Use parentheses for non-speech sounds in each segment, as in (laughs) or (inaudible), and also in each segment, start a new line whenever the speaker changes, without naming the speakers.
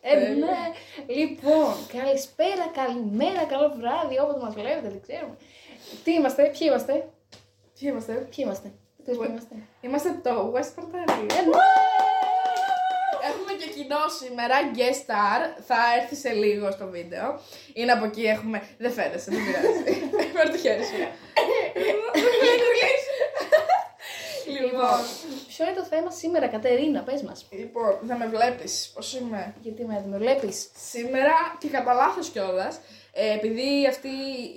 Ε, ναι. Λοιπόν, καλησπέρα, καλημέρα, καλό βράδυ, όποτε μας βλέπετε, δεν ξέρουμε. Τι είμαστε, ποιοι είμαστε,
Ποιοι είμαστε.
ποιοι είμαστε. Πες ποιοι είμαστε.
Είμαστε το West Portal.
Ε, ναι.
Έχουμε και κοινό σήμερα, guest star. Θα έρθει σε λίγο στο βίντεο. Είναι από εκεί, έχουμε. Δεν φαίνεσαι, δεν πειράζει. Φέρ το χέρι σου. λοιπόν,
Ποιο είναι το θέμα σήμερα, Κατερίνα, πες μας.
λοιπόν, θα με βλέπεις πώς είμαι.
Γιατί με με βλέπεις.
Σήμερα και κατά λάθος κιόλας, επειδή αυτή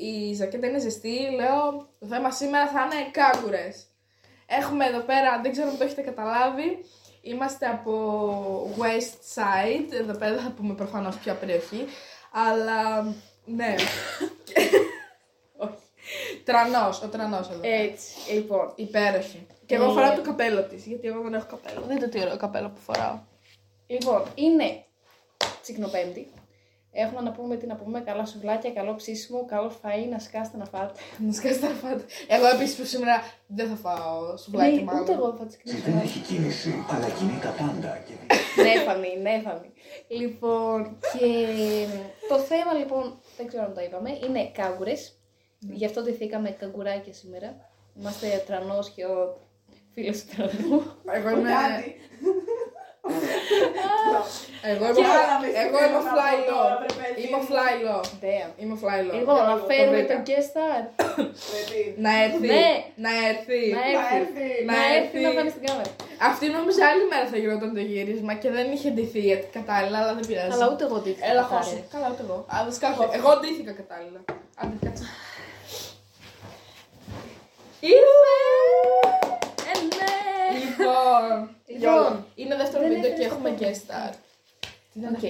η ζακέτα είναι ζεστή, λέω το θέμα σήμερα θα είναι κάγκουρες. Έχουμε εδώ πέρα, δεν ξέρω αν το έχετε καταλάβει, είμαστε από West Side. Εδώ πέρα δεν θα πούμε προφανώς ποια περιοχή, αλλά (laughs) ναι. Όχι. Τρανός, ο τρανός εδώ.
Έτσι, λοιπόν.
Υπέροχη. Ε, Και εγώ φοράω το καπέλο της, γιατί εγώ δεν έχω καπέλο. Δείτε τι ωραίο καπέλο που φοράω.
Λοιπόν, είναι τσικνοπέμπτη. Έχουμε να πούμε τι να πούμε. Καλά σουβλάκια, καλό ψήσιμο, καλό φαΐ, να σκάσετε να φάτε.
Να σκάσει τα φάτα. Εγώ επίσης που σήμερα δεν θα φάω σουβλάκι
Ναι,
μάλλον.
ούτε εγώ θα
Δεν
τσικνοπέμπτη.
έχει κίνηση, αλλά κινεί τα πάντα. Και
ναι, Φανή, ναι, Φανή. Λοιπόν, και το θέμα λοιπόν, δεν ξέρω αν το είπαμε, είναι κάγκουρε.
Ναι.
Γι' αυτό ντυθήκαμε καγκουράκια σήμερα. Είμαστε τρανός και ο φίλος του τρανού.
Εγώ
Ναι,
είμαι. Εγώ είμαι.
Και
άλλα μες
Εγώ είμαι
συγκρίνω
fly
από
law.
τώρα, ρε παιδί
Είμαι
μου.
fly law.
Damn.
Είμαι fly law.
Λοιπόν, να
Το
φέρουμε
βρήκα.
τον guest star.
Πρέπει
Να έρθει.
Ναι.
Να έρθει.
Να
να
έρθει.
έρθει.
Να
Να έρθει
έρθει.
να φανεί στην κάμερα.
Αυτή νόμιζα άλλη μέρα θα γινόταν το γύρισμα και δεν είχε ντυθεί κατάλληλα, αλλά δεν πειράζει.
Αλλά ούτε εγώ ντύθηκα.
Έλα,
κατάρα.
χώσε. Καλά, ούτε εγώ. Αλλά σκάφω. Εγώ ντύθηκα κατάλληλα. Άντε, κάτσε. Ήρθε!
Ε, ναι.
Λοιπόν,
Λοιπόν,
είναι δεύτερο
δεν
βίντεο και
έφερες
έχουμε
το
guest star. Τι να
Οκ.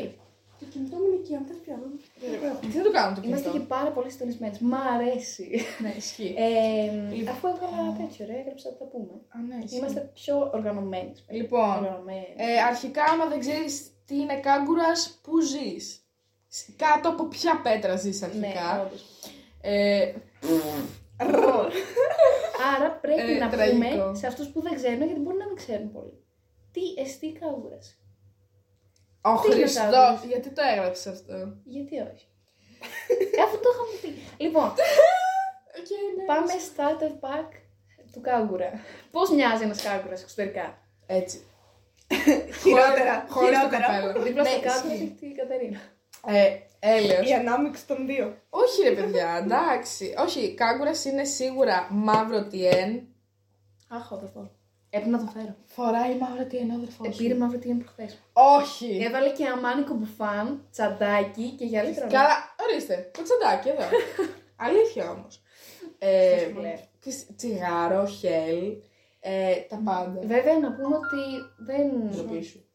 Το κινητό μου είναι εκεί, αν θες πιάνω.
Τι θα το κάνω το
Είμαστε και
κινητό.
πάρα πολύ συντονισμένες. Μ' αρέσει.
Ναι, ισχύει.
Ε,
Λοιπόν.
αφού έβγαλα τέτοιο, ρε, έγραψα ότι θα πούμε.
Α, ναι, ισχύει.
Είμαστε πιο οργανωμένοι.
Λοιπόν,
Οργανωμένοι.
Ε, αρχικά, άμα δεν ξέρεις τι είναι κάγκουρας, πού ζεις. Σ- Κάτω από ποια πέτρα ζεις
ναι,
αρχικά.
όντως.
Ε,
Άρα πρέπει
Ε,
να
τραγικό.
πούμε σε αυτούς που δεν ξέρουν, γιατί μπορεί να μην ξέρουν πολύ. Τι εστί καούρας.
ο
Τι είναι κάγκουρας?
Χριστός, γιατί το έγραψες αυτό.
Γιατί
(laughs)
όχι. Ε, Αυτό το είχαμε πει. Λοιπόν, πάμε starter pack του κάγκουρα. Πώς μοιάζει ένας κάγκουρας εξωτερικά.
Έτσι.
Χειρότερα,
Χωρίς το
χειρότερα.
καπέλο.
Δίπλα στο
Ναι,
κάγκουρα
ισχύει.
έχει την Κατερίνα.
Ε, έλεος.
Η ανάμειξη των
Ε.
δύο.
Όχι ρε παιδιά, εντάξει. Όχι, κάγκουρας είναι σίγουρα μαύρο τιέν. Αχ, αδερφό.
Έπρεπε να το φέρω.
Φοράει μαύρο τιέν, ο αδερφός.
Ε,
μου.
πήρε μαύρη τίγανη προχθές.
Όχι.
Έβαλε και αμάνικο μπουφάν, τσαντάκι και γυαλί τραβά.
Καλά, ορίστε, το τσαντάκι (laughs) εδώ. Αλήθεια όμως. Ε,
Στο σουβλέ.
τσι- τσιγάρο, χέλ, ε, τα πάντα.
Βέβαια να πούμε ότι δεν,
Ζωή σου.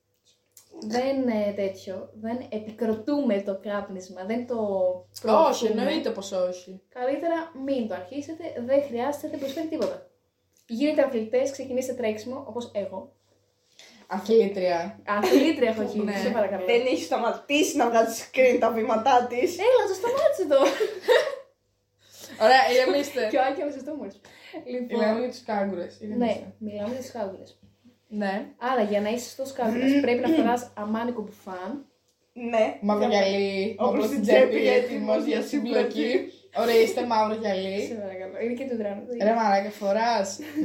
δεν ε, τέτοιο, δεν επικροτούμε το κάπνισμα, δεν το
Όχι,
προωθούμε.
εννοείται πως όχι.
Καλύτερα μην το αρχίσετε, δεν χρειάζεται, δεν προσφέρει τίποτα. Γίνετε αθλητές, ξεκινήστε τρέξιμο, όπως εγώ.
Αθλήτρια.
Αθλήτρια έχω γίνει,
Ναι.
σε παρακαλώ.
Δεν έχει σταματήσει να βγάζει screen τα βήματά της.
Έλα, το σταμάτησε εδώ.
Ωραία, (laughs) ηρεμήστε.
Και ο Άκη αμέσω το μόλις.
Μιλάμε
Λοιπόν,
για τους κάγκουρες.
ναι, μιλάμε για τι κάβουρε.
Ναι.
Άρα, για να είσαι στο σκάβουρε, πρέπει να φορά αμάνικο μπουφάν.
Ναι.
Μαύρο γυαλί.
Όπως
Όπως
στην
στην τσέπη,
τσέπη,
έτοιμο για συμπλοκή. Ορίστε, μαύρο
Σε
γυαλί.
παρακαλώ. Είναι και του τράνου.
Ε. Ρε μαλάκα, φοράς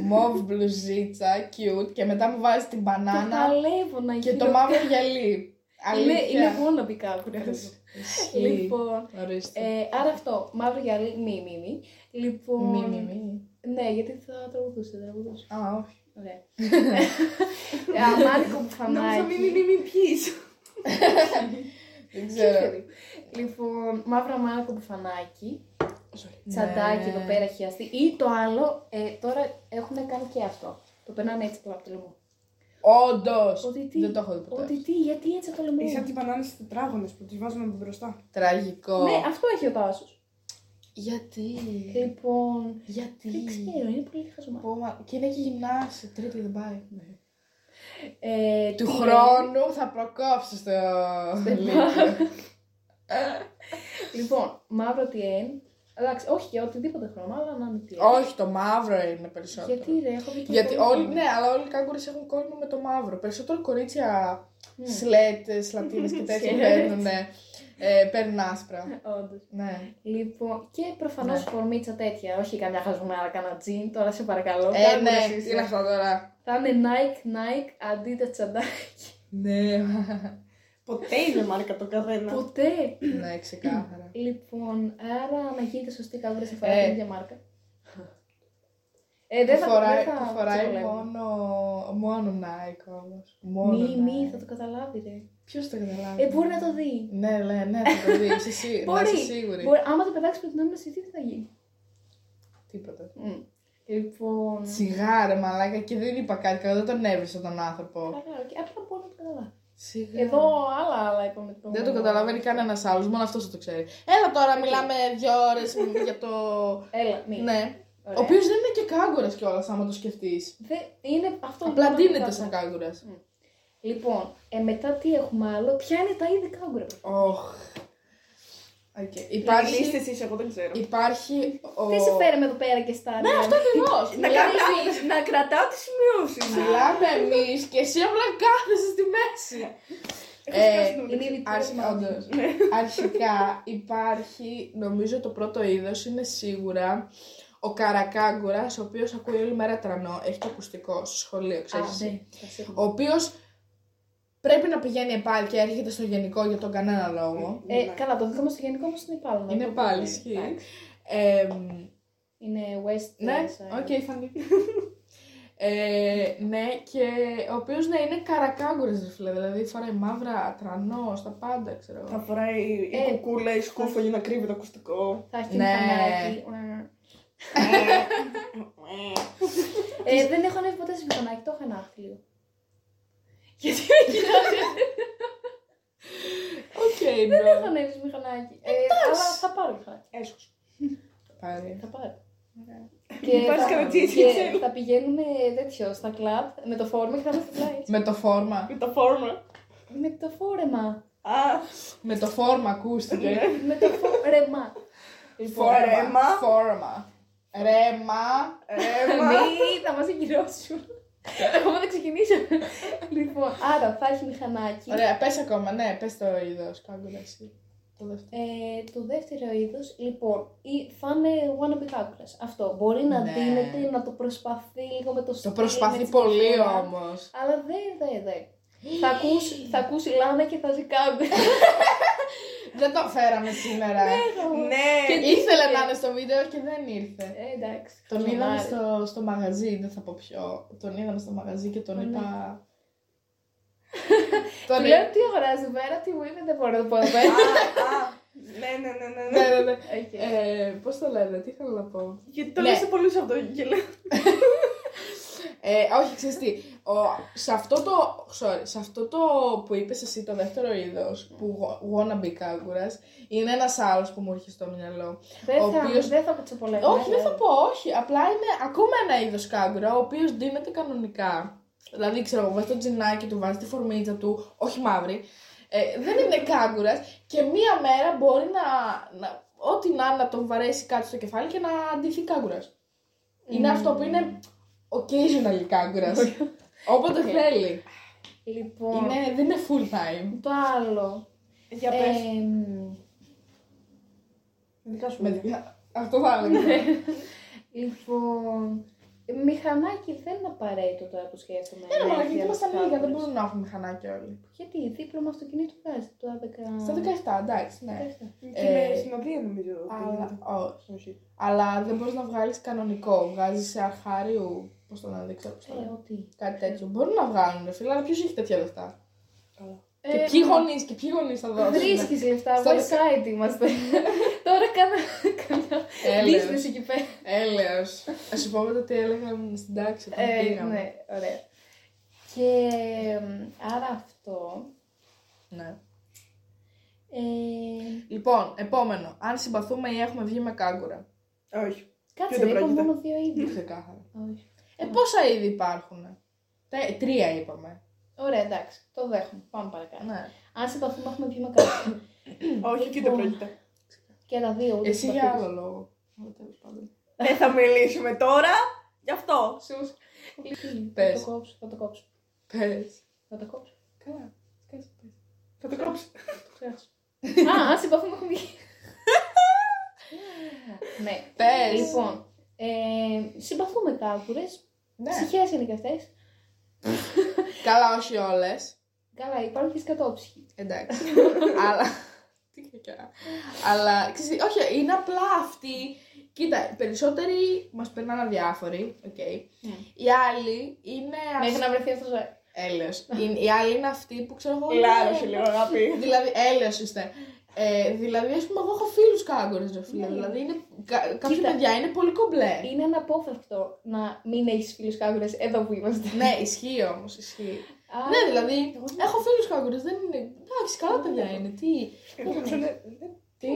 μοβ μπλουζίτσα, cute και μετά μου βάζεις την
Το
μπανάνα
παλεύω να
και
γίνω.
το μαύρο γυαλί.
Είναι,
Αλήθεια.
είναι μόνο πικάκουρα.
Ισχύει.
λοιπόν,
Ορίστε.
ε, άρα αυτό, μαύρο γυαλί, μη, μη, μη. Λοιπόν,
Μη, μη, μη.
ναι, γιατί θα τραγουδούσε, τραγουδούσε.
Α, όχι.
(laughs) Ωραία. Ε, Αμάρικο που
Νόμιζα μη μη
φανάκι.
μη μη πιείς.
Δεν
Ε,
ξέρω.
Λοιπόν, μαύρο αμάρικο που φανάκι, τσαντάκι εδώ πέρα χιαστή. Ή το άλλο, ε, τώρα έχουν κάνει και αυτό. Το περνάνε έτσι απλά από το λαιμό.
Όντως.
Ότι τι,
Δεν το έχω δει ποτέ.
ότι τι, γιατί έτσι από το λαιμό. Ναι,
Είναι σαν τι μπανάνε στι τετράγωνε που τις βάζουμε μπροστά.
Τραγικό.
Ναι, αυτό έχει ο Τάσος.
Γιατί.
Λοιπόν,
Γιατί.
δεν ξέρω, είναι πολύ χαζομάτι.
Ακόμα- Και είναι και γυμνά σε τρίτη δεν πάει.
Ε,
Του
τι λέει.
χρόνου θα προκόψεις το.
Δεν
λύκειο.
Λοιπόν, μαύρο TN, Εντάξει, όχι για οτιδήποτε χρώμα, αλλά να είναι πλήρη.
Όχι, το μαύρο είναι περισσότερο.
Γιατί ρε, έχω δει και
Γιατί
εγώ.
όλοι, ναι, αλλά όλοι οι κάγκουρε έχουν κόλλημα με το μαύρο. Περισσότερο κορίτσια
Ναι.
Ναι. σλέτ, σλατίνε
(laughs)
και τέτοια
Σλέτ.
παίρνουν. Ε, παίρνουν άσπρα.
Όντως.
Ναι.
Λοιπόν, και προφανώς
Ναι.
κορμίτσα τέτοια, όχι καμιά χασμάρα, κανένα τζιν, τώρα σε παρακαλώ.
Ε,
Κάνε
ναι,
εσύ.
τι είναι αυτό τώρα.
Θα είναι Nike, Nike, αντί τα τσαντάκι.
Ναι,
Ποτέ είναι μάρκα το καθένα.
Ποτέ.
ναι, (laughs) ξεκάθαρα.
Λοιπόν, άρα να γίνεται σωστή καβούρα σε
Ε.
φοράει την ίδια μάρκα. Ε,
Το
δεν θα,
φοράει,
δεν θα
το φοράει
ξεβολεύω.
μόνο, μόνο Nike όμως. Μόνο. ναι.
Μη, μη, θα το καταλάβει, ρε.
Ποιος το καταλάβει.
Ε, μπορεί να το δει.
Ναι, ναι, ναι, θα το δει. Είσαι σί- να
Μπορεί.
είσαι σίγουρη.
Μπορεί, άμα το πετάξεις με την άμυνα, τι θα γίνει.
Τίποτα.
Μμ. Λοιπόν.
Σιγάρε, μαλάκα, και δεν είπα κάτι, καλά, δεν τον έβρισα τον άνθρωπο.
Καλά, οκ. Απλά μπορεί να το καταλάβει.
Σιγά.
Εδώ άλλα, άλλα είπαμε.
Ναι. Δεν το καταλαβαίνει κανένας άλλος, μόνο αυτός το ξέρει. Έλα τώρα, μιλάμε δύο ώρες για το.
Έλα, μη.
ναι.
Ωραία.
Ο οποίος δεν είναι και κάγκουρας κιόλας, άμα το σκεφτείς.
Δε- είναι αυτό
Απλά
που
ντύνεται
κάνω.
σαν κάγκουρας.
Λοιπόν, ε, μετά τι έχουμε άλλο, ποια είναι τα είδη κάγκουρα.
Οχ. Οκ.
Πάλι
Υπάρχει.
είστε εσείς, εγώ δεν ξέρω.
Υπάρχει. Ο...
Τι σε φέραμε εδώ πέρα και στα. Ναι, αυτό
Ακριβώς. Δηλαδή-
Να,
Μιλάμε-
κρατάω, να κρατάω τις σημειώσεις.
Μιλάμε εμείς και εσύ απλά κάθεσαι στη μέση. Ε,
είναι ήδη
Άρχισε όντως. Αρχικά υπάρχει, νομίζω το πρώτο είδος είναι σίγουρα ο καρακάγκουρας, ο οποίος ακούει όλη μέρα τρανό, έχει το ακουστικό στο σχολείο, ξέρεις.
ναι.
Ο οποίος πρέπει να πηγαίνει πάλι και έρχεται στο γενικό για τον κανένα λόγο.
Ε, καλά, το δικό μας στο γενικό μας είναι πάλι. να
Είναι
το
πάλι,
πούμε.
ισχύει.
Ναι. Εντάξει.
Εμ,
Είναι West
Ναι,
Side.
οκ, φανεί. Ε, ναι, και ο οποίος ναι, είναι καρακάγκουρας ρε φίλε. Δηλαδή φοράει μαύρα, τρανό, στα πάντα, ξέρω
Θα
εγώ.
φοράει
Ε,
η κουκούλα, η σκούφα για να κρύβει το ακουστικό. Ε.
Θα έχει
Ναι.
μηχανάκι. Ε, δεν έχω ανέβει ποτέ σε μηχανάκι, το είχα ναύλιο. Γιατί με κοιτάζετε.
Οκ,
(laughs) Δεν έχω
ναι.
ανέβει σε μηχανάκι. Ε, αλλά θα πάρω μηχανάκι.
Έσχος.
Πάρει.
Θα πάρω.
Ωραία.
Και
Πάρεις
θα-
καροτσίτσι,
και
ξέρω.
θα πηγαίνουμε τέτοιο στα κλαμπ με το φόρμα και θα είμαστε πλάι.
Με το φόρμα.
Με τα φόρμα.
Με το φόρεμα.
Α,
Με το φόρμα ακούστηκε.
Με το φόρεμα.
Φόρεμα.
Φόρμα. Ρέμα.
ρέμα.
Ναι, θα μας εγκυρώσουν. Ακόμα δεν ξεκινήσαμε. λοιπόν, άρα θα έχει μηχανάκι.
Ωραία, πες ακόμα, ναι, πες το είδος. Κάγκουρα εσύ. Το δεύτερο.
Ε, το δεύτερο είδος, λοιπόν, ή- θα είναι wannabe κάγκουρα. Αυτό. Μπορεί να
Ναι.
δίνεται, να το προσπαθεί λίγο με το
Το
στυλ, με
προσπαθεί
τη
πολύ
συμπεριφορά.
όμως.
Αλλά δεν, δεν, δεν. θα, ακούσει, θα ακούσει λάνα και θα ζει κάγκουρα.
Δεν το φέραμε σήμερα. Ε,
Ναι.
Και-
Ήθελε να είναι στο βίντεο και δεν ήρθε.
Ε, εντάξει.
Τον είδαμε
χαζομάρι.
στο, στο μαγαζί, δεν θα πω ποιο. Τον είδαμε στο μαγαζί και τον
Ω, ναι.
είπα.
Του
(laughs) τον
λέω
είπα.
τι αγοράζει μέρα, τι μου είπε, δεν μπορώ να το πω εδώ πέρα.
Α, α, Ναι, ναι, ναι, ναι,
(laughs) ναι,
ναι.
ναι, ναι.
Οκ.
Ε, Πώς το λένε, τι θέλω να πω.
Γιατί το
Ναι.
λες σε πολλούς αυτό και λέω.
Ε, όχι, ξέρεις τι. Ο, σε, αυτό το, sorry, σε αυτό το που είπες εσύ, το δεύτερο είδος, που γο- wannabe κάγκουρας, είναι ένας άλλος που μου έρχεται στο μυαλό.
Δεν
ο
θα,
οποίος-
δεν θα κουτσοπολεύω.
όχι, δεν θα πω, όχι. Απλά είναι ακόμα ένα είδος κάγκουρα, ο οποίος ντύνεται κανονικά. Δηλαδή, ξέρω εγώ, βάζεις το τζινάκι του, βάζεις τη φορμίτσα του, όχι μαύρη. Ε, δεν είναι κάγκουρας και μία μέρα μπορεί να, να ό,τι να, να τον βαρέσει κάτι στο κεφάλι και να αντιθεί κάγκουρας. Είναι αυτό που είναι occasional κάγκουρας. Όποτε
Οκ.
θέλει.
Λοιπόν,
Είναι, δεν είναι full time.
το άλλο.
Για
Ε,
πες.
Εμ,
Δικά σου.
Με- αυτό θα έλεγα.
λοιπόν, μηχανάκι δεν είναι απαραίτητο τώρα που σκέφτομαι.
Ένα
να
μαλακί,
έχει
Ναι, είμαστε
άλλους
λίγα, δεν
κάγκουρες.
μπορούν να έχουμε μηχανάκι όλοι.
Γιατί δίπλωμα αυτοκινήτου βγάζει το 11.
Στα 17, εντάξει, ναι.
Και
Ε,
με συνοδεία νομίζω. ότι
Αλλά,
γίνεται.
όχι.
Όχι.
Αλλά δεν μπορείς να βγάλεις κανονικό. Βγάζεις σε αρχάριου. Πώς το να δείξω, πώς το
Ε,
λένε.
ότι.
Κάτι τέτοιο. Μπορούν να βγάλουν, ρε φίλε, αλλά ποιος έχει τέτοια λεφτά.
Καλά.
Ε,
και ποιοι
ναι.
γονείς και ποιοι γονείς θα δώσουν.
Βρίσκεις λεφτά,
Στα
West Side είμαστε. (laughs) Τώρα κάνα
Έλεος.
business εκεί πέρα.
Έλεος. Α σου πω μετά τι έλεγαν στην τάξη. όταν
Ε,
πήγαμε.
ναι, ωραία. Και εμ, άρα αυτό.
ναι.
Ε,
Λοιπόν, επόμενο. Αν συμπαθούμε ή έχουμε βγει με
(laughs)
κάγκουρα.
Όχι.
κάτσε,
Ποιο
δεν
το
είπα
πρόκειται?
μόνο δύο είδη.
(laughs) Ξεκάθαρα.
Όχι.
Ε, πόσα είδη υπάρχουν. Τε- τρία είπαμε.
Ωραία, εντάξει, το δέχομαι. Πάμε παρακάτω.
Ναι.
Αν
(coughs)
συμπαθούμε, έχουμε βγει με κάποιον.
Όχι, και δεν
Λοιπόν.
πρόκειται.
Και τα δύο, ούτε
Εσύ για
συμπαθείς.
άλλο λόγο. Αλλά τέλος πάντων.
Δεν θα μιλήσουμε τώρα. Γι' αυτό.
Σούς.
Θα
Πες.
το κόψω, θα το κόψω.
Πες.
Θα το κόψω.
Καλά. Κάτσε, πες.
Θα το κόψω.
Το (laughs) ξέχασα. Α, αν σε επαφή μου έχουν βγει. (laughs) Ναι.
Πες.
Λοιπόν, ε, συμπαθούμε κάκουρε.
Ναι.
Ψυχές είναι και αυτές.
Καλά, όχι όλες.
Καλά, υπάρχουν και σκατόψυχοι. (laughs)
Εντάξει. Αλλά. Τι κακιά. Αλλά ξέρεις, όχι, είναι απλά αυτοί. Κοίτα, οι περισσότεροι μας περνάνε αδιάφοροι. οκ.
Ναι.
Οι άλλοι είναι.
Μέχρι να βρεθεί αυτό το
Έλεος. Είναι- οι άλλοι είναι αυτοί που ξέρω εγώ.
Λάρωσε
ναι.
λίγο, αγάπη.
Δηλαδή, έλεος είστε. Ε, δηλαδή, ας πούμε, εγώ έχω φίλους κάγκορες, ρε φίλε.
Ναι.
Δηλαδή, είναι, κα, κάποια
Κοίτα.
παιδιά είναι πολύ κομπλέ.
Είναι αναπόφευκτο να μην έχεις φίλους κάκουρε εδώ που είμαστε.
ναι, ισχύει όμως, ισχύει.
Α,
ναι, δηλαδή,
εγώ δεν-
έχω φίλους κάγκορες, δεν είναι. Εντάξει, καλά παιδιά είναι. Τι.
Εγώ ξανά-
Ναι.
Τι.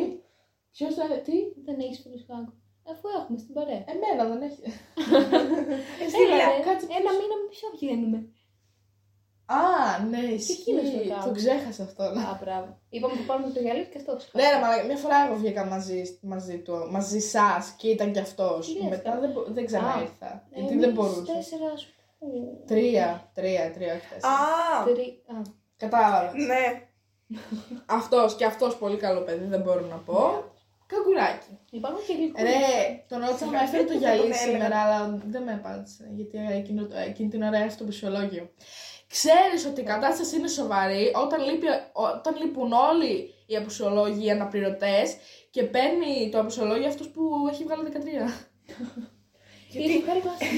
Ποιος θα τι.
Δεν έχεις φίλους κάκουρε. Αφού έχουμε στην παρέα.
Εμένα δεν έχει.
Ε, Έλα, ρε,
κάτσε
ένα μήνα με ποιο βγαίνουμε.
Α, ναι,
εκείνος το
ισχύει.
κάνει.
Το ξέχασα αυτό. ναι.
Α, μπράβο. Είπαμε που πάρουμε το γυαλί και αυτός
Ναι, ρε, μαλάκα, μια φορά εγώ βγήκα μαζί, μαζί του, μαζί σας και ήταν κι αυτός.
Τι λες,
Μετά δεν, μπο- δεν ξαναήρθα.
Ε,
Γιατί
εμείς
δεν μπορούσα.
Τέσσερα σου. Ου,
Τρία, τρία, τρία, όχι τέσσερα.
Α,
τρι- Α,
Κατάλαβα.
ναι.
Αυτός και αυτός πολύ καλό παιδί, δεν μπορώ να
Ναι.
πω. Καγκουράκι.
υπάρχουν και γλυκούλες.
Ε, Ρε, τον ρώτησα να έφερε το
δεν
γυαλί
τον
σήμερα,
έλεγα.
αλλά δεν με απάντησε. Γιατί εκείνο, εκείνη την ώρα έφτασε το πισιολόγιο. Ξέρεις ότι η κατάσταση είναι σοβαρή όταν, λείπει, όταν λείπουν όλοι οι απουσιολόγοι, οι αναπληρωτές και παίρνει το απουσιολόγιο αυτός που έχει βγάλει 13.
Κύριε
Γιατί ε,
Ζουχάρη,
(laughs)
μας-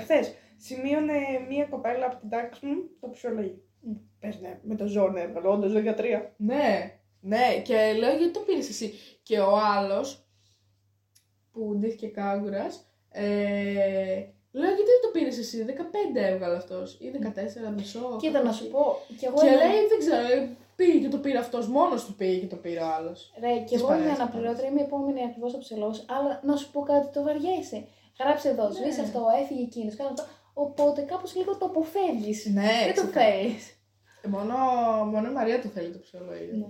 χθες σημείωνε μία κοπέλα από την τάξη μου το ψυχολογείο.
Μμ.
Πες ναι, με το ζώο ναι, αλλά όντως ζω για τρία.
Ναι, ναι, και λέω γιατί το πήρες εσύ. Και ο άλλος που ντύθηκε κάγκουρα, ε, λέω γιατί δεν το πήρες εσύ. 15 έβγαλε αυτός ή 14 μισό.
Κοίτα να σου πω. Κι εγώ
Και
είμαι-
λέει, δεν ξέρω, λέει, πήγε και το πήρε αυτός. Μόνος του πήγε και το πήρε ο άλλος.
Ρε, κι
Τις
εγώ είμαι
παρέες,
αναπληρώτρια, είμαι η επόμενη ακριβώς ο ψηλός, αλλά να σου πω κάτι, το βαριέσαι. Γράψε
Ναι.
εδώ, σβήσε αυτό, έφυγε εκείνος, κάνε αυτό. Οπότε κάπως λίγο το αποφεύγεις.
Ναι,
Δεν το
ξεκα-
θέλεις.
μόνο, μόνο η Μαρία το θέλει το ψυχολόγιο.
Ναι.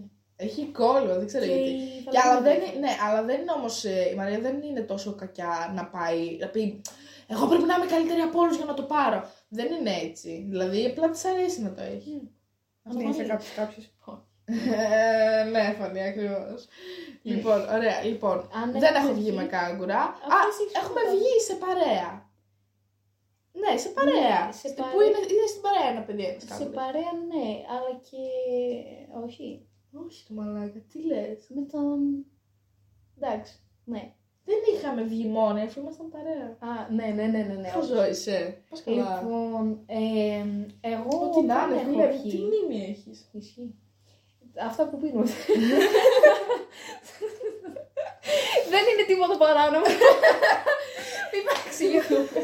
Έχει κόλλο, δεν ξέρω γιατί.
η
Και, αλλά,
Βαλεντίνα.
δεν, είναι- ναι, αλλά δεν είναι όμως. Η Μαρία δεν είναι τόσο κακιά να πάει. Να πει, Εγώ πρέπει να είμαι καλύτερη από όλους για να το πάρω. Δεν είναι έτσι. Δηλαδή, απλά της αρέσει να το έχει. (laughs)
το
Ναι, σε
βάλεις.
κάποιους κάποιους.
Ε, ναι, φανεί ακριβώ. λοιπόν, ωραία, λοιπόν.
Αν
Δεν έχω βγει με κάγκουρα. Α,
Αυτές έχεις
έχουμε
φαντάσει.
βγει σε παρέα. Ναι, σε παρέα.
Ναι, σε
Στη- Που
παρέα.
είναι, είναι στην παρέα ένα παιδί. ένας
Σε
κάγκουρας.
παρέα, ναι, αλλά και. Όχι.
Όχι, το μαλάκα, τι λες.
Με τον. Εντάξει. Ναι.
Δεν είχαμε βγει μόνοι, αφού ήμασταν παρέα.
Α, ναι, ναι, ναι, ναι. ναι.
Πώ ζώησε. Πώ καλά.
Λοιπόν, ε, εγώ.
Ό,τι να
δεν
είναι,
έχω
φίλε,
βγει.
ναι, τι μνήμη έχεις.
Ισχύει. Αυτά που πίνουμε. Δεν είναι τίποτα παράνομο. Μην παρεξηγηθούμε.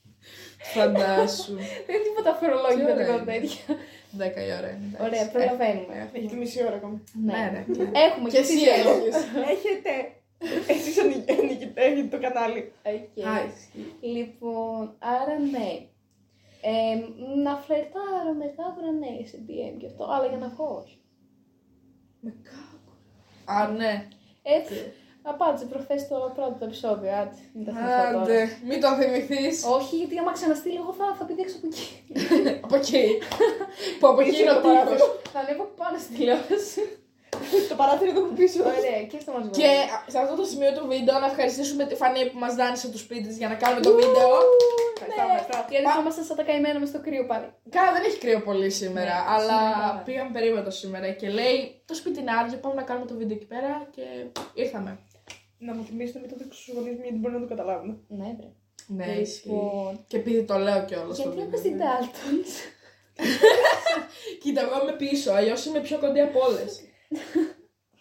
(laughs) Φαντάσου.
Δεν είναι τίποτα
Τι
φορολόγητο
ωραία
τίποτα
είναι.
τέτοια.
10 η ώρα είναι.
Ωραία, προλαβαίνουμε.
Έχει τη μισή ώρα ακόμα.
Ναι, ναι.
Έχουμε
Και
και
εσύ
σειρά.
έλεγε.
Έχετε. Εσείς νικητέ το κανάλι.
Οκ. Λοιπόν, άρα ναι. Ε, να φλερτάρω με κάπου ναι, σε DM και αυτό, αλλά για να πω όχι.
Με κάγκουρα. Α, ναι.
Έτσι, απάντησε προχθές το πρώτο επεισόδιο, άντε, μην τα θυμηθώ τώρα.
Άντε, μην το θυμηθείς.
Όχι, γιατί άμα ξαναστείλω, εγώ θα, θα πηδήξω από εκεί.
Από εκεί. Που από εκεί είναι ο τείχος.
θα ανέβω πάνω στην τηλεόραση.
Το παράθυρο εδώ που πίσω.
Ωραία, και αυτό μας
Και σε αυτό το σημείο του βίντεο να ευχαριστήσουμε τη Φανή που μας δάνεισε τους πίτες για να κάνουμε το βίντεο. Ναι.
Ευχαριστάμε, ευχαριστάμε.
Γιατί θα είμαστε σαν τα καημένα μες στο κρύο πάλι.
Καλά, δεν έχει κρύο πολύ σήμερα,
Ναι,
αλλά
σήμερα πάρα.
πήγαμε περίπατο σήμερα και λέει το σπίτι είναι άδειο, πάμε να κάνουμε το βίντεο εκεί πέρα και ήρθαμε.
Να μου θυμίσετε μετά το εξωσυγονίσμα γιατί μπορεί να το καταλάβουν.
Ναι, βρε.
Ναι, ισχύει.
Λοιπόν,
Και επειδή το ναι. λέω κιόλας στο
γιατί
βίντεο.
είπες την Daltons.
Κοίτα, εγώ είμαι πίσω, αλλιώς είμαι πιο κοντή από όλες.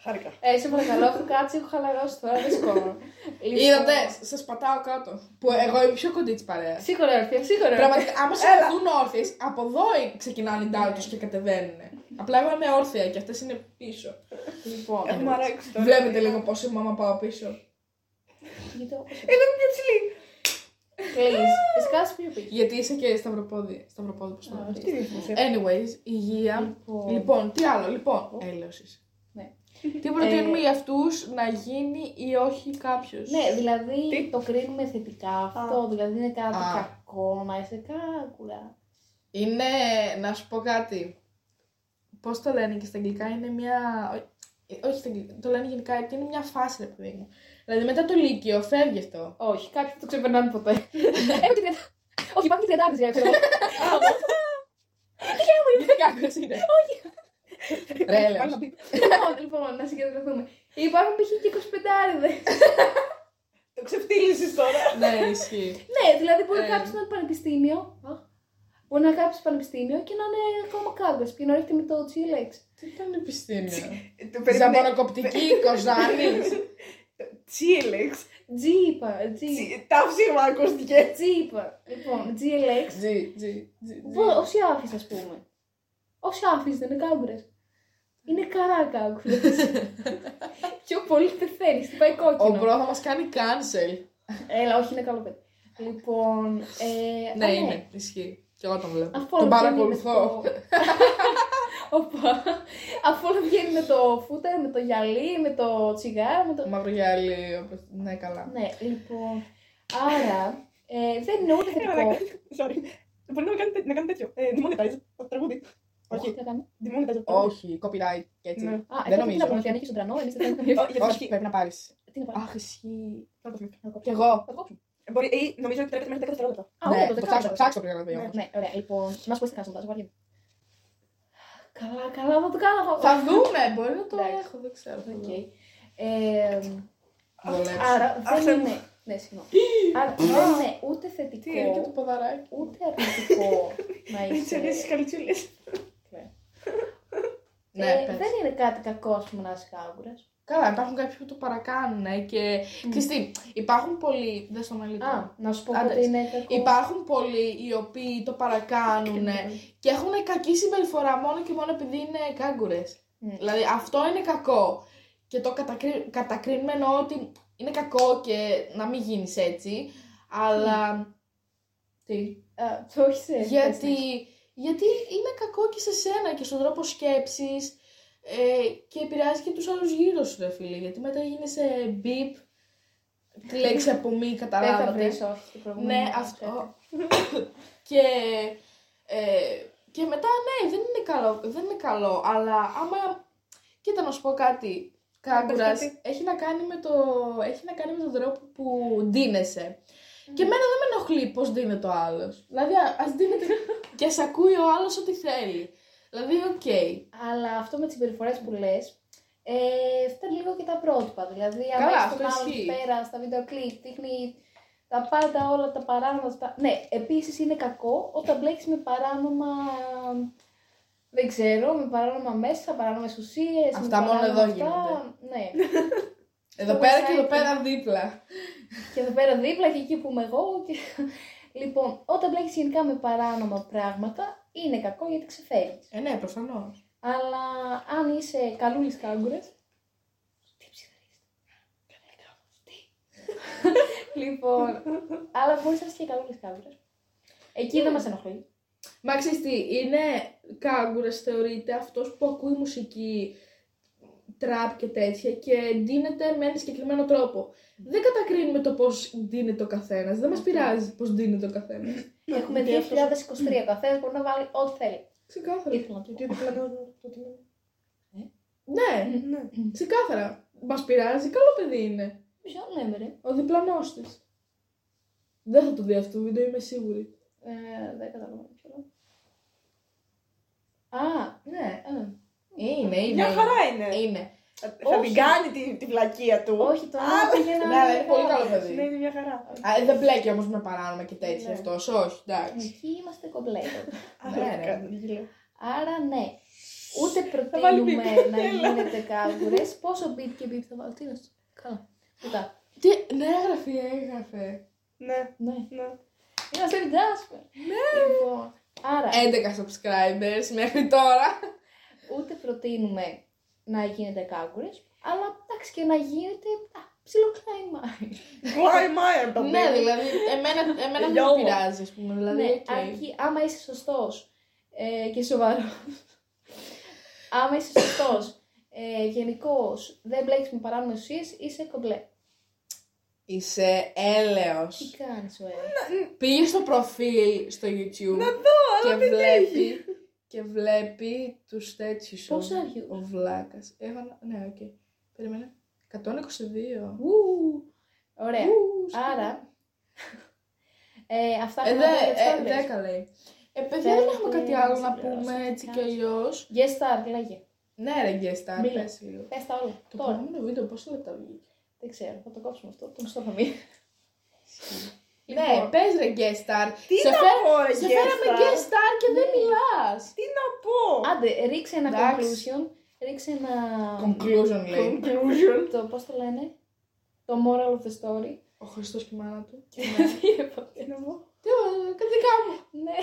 Χάρηκα.
Ε, σε παρακαλώ, έχω κάτσει, έχω χαλαρώσει τώρα, δεν
(laughs)
Λοιπόν, σκόμω.
Είδατε, σας πατάω κάτω. Λοιπόν. Που εγώ είμαι πιο κοντή της παρέας.
Σίγουρα όρθια, σίγουρα όρθια.
Πραγματικά, άμα συγκριθούν όρθιες, από εδώ ξεκινάνε οι ντάλτου και κατεβαίνουν. Απλά εγώ είμαι όρθια και αυτές είναι πίσω.
Λοιπόν,
Έχουμε αράξει τώρα.
Βλέπετε λίγο πόσο η μάμα πάω πίσω.
γιατί το
Εγώ είμαι πιο ψηλή.
κλείς. Εσύ κάτσε πιο πίσω.
Γιατί είσαι και σταυροπόδι. Σταυροπόδι, πώς το
Α,
λένε.
Τι δείχνεις, ε?
Anyways, υγεία.
Λοιπόν,
Λοιπόν, τι άλλο, λοιπόν.
Ο.
Έλεωση.
Ναι.
Τι προτείνουμε για αυτούς να γίνει ή όχι κάποιος.
Ναι, δηλαδή
Τι?
το κρίνουμε θετικά αυτό. Δηλαδή είναι κάτι
Α.
κακό να είσαι κάκουρα.
Είναι, να σου πω κάτι. Πώς το λένε και στα αγγλικά, είναι μια. ό- Όχι στα αγγλικά, το λένε γενικά και είναι μια φάση, ρε παιδί μου. Δηλαδή μετά το Λύκειο φεύγει
(laughs)
αυτό.
Όχι, κάποιοι δεν το ξεπερνάνε ποτέ. Έχω την τριαντά- Ε, Όχι, πάμε την τριαντάδες, για ξέρω.
Είναι κάκο, είναι. Όχι. Ρε, έλεος.
Λοιπόν, Λοιπόν, να συγκεντρωθούμε. Υπάρχουν π.χ. και 25
Το ξεφτύλισες τώρα.
Ναι, ισχύει.
Ναι, δηλαδή μπορεί
Ε.
κάποιος να είναι πανεπιστήμιο. Μπορεί να είναι κάποιο πανεπιστήμιο και να είναι ακόμα κάγκος και να ρίχνει με το τσίλεξ.
Τι πανεπιστήμιο.
Ε, Το περίμενε.
Ζαμπονοκοπτική, Κοζάνη.
(laughs)
Τσίλεξ.
Τζι είπα. Τζι.
Τσι- Τα ψήμα ακούστηκε.
Τζι είπα. Λοιπόν, GLX.
Τζι, τζι, τζι.
Μπο- Όσοι άφησε, ας πούμε. Όσοι άφησε δεν είναι (laughs) κάγκουρε. Είναι καρά κάγκουρε. Πιο πολύ πεθαίνεις. Τι πάει
Ο
κόκκινο.
Μπρο θα μας κάνει cancel.
Έλα, όχι, είναι καλό παιδί. Λοιπόν. Ε, α,
Ναι, είναι. Ισχύει. Και εγώ τον βλέπω.
Αφού
Τον
όλα βγαίνει με
παρακολουθώ.
το- (laughs) Οπα. Αφού όλα βγαίνει με το φούτερ, με το γυαλί, με το τσιγάρο, με το.
Μαύρο γυάλι, όπως... Ναι, καλά.
Ναι, λοιπόν. Άρα, ε, δεν είναι ούτε
Έλα, να
θετικό.
κάνει- Sorry. Μπορεί να κάνετε- να κάνει τέτοιο. Ε, Demonetize. Το τραγούδι. Όχι.
Τι θα κάνουμε.
Demonetize. το τραγούδι.
Όχι, copyright και έτσι.
Ναι.
Α,
Δεν
δεν
νομίζω,
νομίζω. Να
όχι.
και ανήκει στον τρανό, εμείς δεν θα κάνουμε.
Ω, για την
Όχι,
αρχή.
πρέπει να πάρεις.
Τι να πάμε.
Αχ, ισχύει.
να το
Κι
κόψω.
εγώ.
Θα το κόψω.
Μπορεί, ή νομίζω ότι τρέπεται μέχρι 10 δευτερόλεπτα.
Α,
ναι,
όχι, το
το
δεκάλεπτο.
ψάξω, ψάξω πριν να δει. όμως.
Ναι, ωραία, λοιπόν. Μας που είστε κάνα σοντάζ, βαριά. Καλά, καλά, θα το κάνω.
Θα δούμε, μπορεί να το
Εντάξει.
έχω, δεν ξέρω. θα δω.
Οκ. Ε,
Βολέψει.
Άρα
άσε
δεν
μου.
είναι. Ναι, συγγνώμη. Άρα δεν είναι ούτε
Τι είναι και το
θετικό,
ποδαράκι.
ούτε
(laughs)
αρνητικό να
Έτσι, αρέσει
είσαι.
στις καλτσούλες.
Ε,
Ναι, πες.
Δεν είναι κάτι κακό, ας πούμε, να είσαι κάγκουρα.
Καλά, υπάρχουν κάποιοι που το παρακάνουν ναι, και.
Μμ.
Ξέρεις τι, υπάρχουν πολλοί. Δεν στο
Α,
μελίτω.
να σου πω
Λοιπόν, Άντε,
ότι είναι κακό.
Υπάρχουν πολλοί οι οποίοι το παρακάνουν και ναι. έχουν κακή συμπεριφορά μόνο και μόνο επειδή είναι κάγκουρε.
Μμ.
Δηλαδή αυτό είναι κακό. Και το κατακρι... κατακρίνουμε εννοώ ότι είναι κακό και να μην γίνεις έτσι. Αλλά. Τι.
Α, Το όχι
Ε,
σε.
Γιατί, γιατί είναι κακό και σε σένα και στον τρόπο σκέψης ε, και επηρεάζει και τους άλλους γύρω σου, ρε φίλε. Γιατί μετά γίνεσαι μπιπ. Τη λέξη από μη,
Δεν θα βρει
καταλάβατε.
όχι το προηγούμενο.
Ναι, αυτό. (coughs) και, ε, και μετά, ναι, δεν είναι καλό, δεν είναι καλό αλλά άμα. Κοίτα να σου πω κάτι. Κάγκουρα
Πες κάτι.
έχει, να κάνει με το, έχει να κάνει με τον τρόπο που ντύνεσαι. Και εμένα δεν με ενοχλεί πώς ντύνεται ο άλλος. Δηλαδή, α ας (laughs) ντύνεται και σε ακούει ο άλλος ό,τι θέλει. Δηλαδή, οκ.
Αλλά αυτό με τις συμπεριφορές που λες, ε, φτάνει λίγο και τα πρότυπα. Δηλαδή, αν
Καλά,
έχεις
αυτό
τον άλλον
ισχύει.
εκεί πέρα στα βίντεο κλιπ, δείχνει τα πάντα, όλα τα παράνομα. στα- Ναι, επίσης είναι κακό όταν μπλέκεις με παράνομα. Δεν ξέρω, με παράνομα μέσα, παράνομες ουσίες.
Αυτά μόνο εδώ γίνονται.
Ναι.
Εδώ
Το
πέρα και εδώ
website.
πέρα δίπλα.
και εδώ πέρα δίπλα και εκεί που είμαι εγώ. Και... Λοιπόν, όταν μπλέκεις γενικά με παράνομα πράγματα, είναι κακό γιατί ξεφεύγεις.
Ε, ναι, προφανώς.
Αλλά αν είσαι καλούλης κάγκουρας, τι ψηφίζεις. Τι. (laughs) λοιπόν, αλλά μπορείς να είσαι και καλούλης κάγκουρας. Εκεί δεν μας ενοχλεί.
Μα ξέρεις τι, είναι κάγκουρας θεωρείται αυτός που ακούει μουσική, τραπ και τέτοια και ντύνεται με ένα συγκεκριμένο τρόπο. Δεν κατακρίνουμε το πώς ντύνεται ο καθένας, δεν μας πειράζει πώς ντύνεται ο καθένας.
Έχουμε 2023, ο καθένας μπορεί να βάλει ό,τι θέλει.
Ξεκάθαρα.
Ήθελα να το πω.
Γιατί το πλανόδο, το τι είναι.
Ναι,
Ναι.
ξεκάθαρα. Μας πειράζει, καλό παιδί είναι.
Ποιο, ναι μωρέ.
Ο διπλανός της. Δεν θα το δει αυτό το βίντεο, είμαι σίγουρη.
Ε, δεν καταλαβαίνω ποιο λέω. Α,
Ναι.
ε,
Είναι, είναι.
Μια χαρά είναι.
Είναι.
Θα- Θα
Όχι.
την κάνει τη- τη βλακεία του.
όχι το άλλο για να...
Ναι, είναι πολύ καλό
Ναι,
παιδί.
είναι μια χαρά.
Α, δεν μπλέκει όμως με παράνομα και τέτοια
Ναι.
αυτός, όχι, εντάξει.
Εκεί είμαστε κομπλέ.
Ναι, ρε.
Άρα, γελάω.
Άρα ναι, ούτε
βάλει μπιπ.
προτείνουμε να γίνετε κάγκουρες. Πόσο μπιπ και μπιπ θα βάλω. Τι είναι αυτό. Καλά. Ούτε.
Τι, ναι, έγραφε, έγραφε.
Ναι,
Ναι.
ναι.
Είμαστε εντάσσουμε. Ναι. Λοιπόν, άρα
11 subscribers μέχρι τώρα.
ούτε προτείνουμε να γίνετε κάγκουρες, αλλά εντάξει και να γίνετε α, ψιλοκλάιμα.
Why am I a
ναι, δηλαδή, εμένα, εμένα δεν
Λιώμα.
με πειράζει, ας πούμε. Δηλαδή,
ναι,
οκ.
αρκεί, άμα (laughs) είσαι σωστός ε, και σοβαρός, άμα είσαι σωστός Ε, Γενικώς, δεν μπλέκεις με παράνομες ουσίες, είσαι κομπλέ.
Είσαι έλεος.
Τι κάνεις, ωραία.
Ναι. Πήγες στο προφίλ στο YouTube. Και βλέπει. Και βλέπει τους τέτοιους.
Πώς are you?
Ο βλάκα. Ναι, οκ. Περίμενε. 122.
Ου, Ωραία.
Ου, σκέτο.
Ναι. Άρα. ε, αυτά
Ε,
που
δε,
να πω για τις
ε,
άντρες.
δέκα λέει. Ε, παιδιά, δεν
Δέκα,
έχουμε κάτι
τρία,
άλλο
σε
να
πληρώσω,
πούμε
τι
έτσι κι
κάνεις.
αλλιώς.
Yes, star, λέγε.
Ναι, ρε Γκέστα,
Μίλα.
πες λίγο.
Πες τα όλα.
Το
Τώρα.
προηγούμενο βίντεο πόσα λεπτά βγήκε.
Δεν ξέρω, θα το κόψουμε αυτό. Το μισθό θα μείνει.
Ναι, πες ρε Γκέστα.
Τι
Σε
να
φέρα-
πω, ρε
Σε
Γκέστα.
φέραμε Γκέστα και δεν μιλάς.
Τι να πω.
Άντε, ρίξε ένα
Εντάξει.
conclusion. Ρίξε ένα.
Conclusion λέει.
Conclusion.
(laughs) Το πώς το λένε. Το moral of the
(laughs)
story.
Ο Χριστός και η μάνα του.
Τι είπα.
Τι να πω.
Τι ωραία, κάτι δικά μου.
Ναι.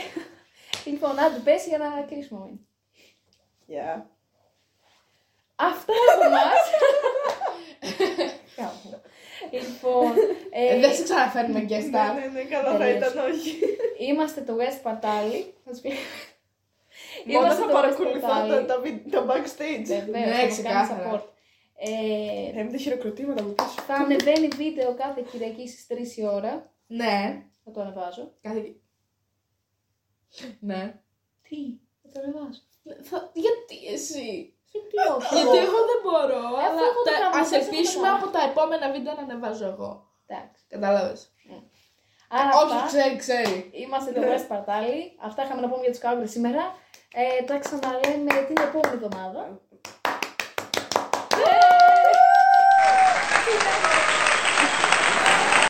Λοιπόν, άντε, πες για να κλείσουμε. μεν.
Yeah.
Αυτά από εμάς. Κάπου. Λοιπόν, ε,
Ε, δεν σε ξαναφέρνουμε
Ναι,
Γκέστα.
ναι, ναι, καλά θα
Τελείωσε.
ήταν, όχι.
είμαστε το West Πατάλι. Θα σου πει.
Μόνο
Είμαστε
θα
το
παρακολουθώ
West
τα,
Patali.
τα, βι- τα backstage.
Βεβαίως,
Ναι,
θα μας κάνεις
ξεκάθαρα.
support. Ε,
Ε, με τα χειροκροτήματα από πίσω.
θα ανεβαίνει βίντεο κάθε Κυριακή στις 3 η ώρα.
Ναι.
Θα το ανεβάζω.
Κάθε... Ναι.
Τι, θα το ανεβάζω.
Θα- Γιατί εσύ.
Γιατί όχι.
Ε, Γιατί εγώ δεν μπορώ, αλλά
εγώ το
τα-
κάνω,
ας
δεν σε
ελπίσουμε
έχω
από τα επόμενα βίντεο να ανεβάζω εγώ.
Εντάξει.
Κατάλαβες.
Άρα
Όποιος
αυτά,
ξέρει, ξέρει.
είμαστε το West Πατάλι. Αυτά είχαμε να πούμε για τους κάγκρες σήμερα. Ε, τα ξαναλέμε την επόμενη εβδομάδα. Ε!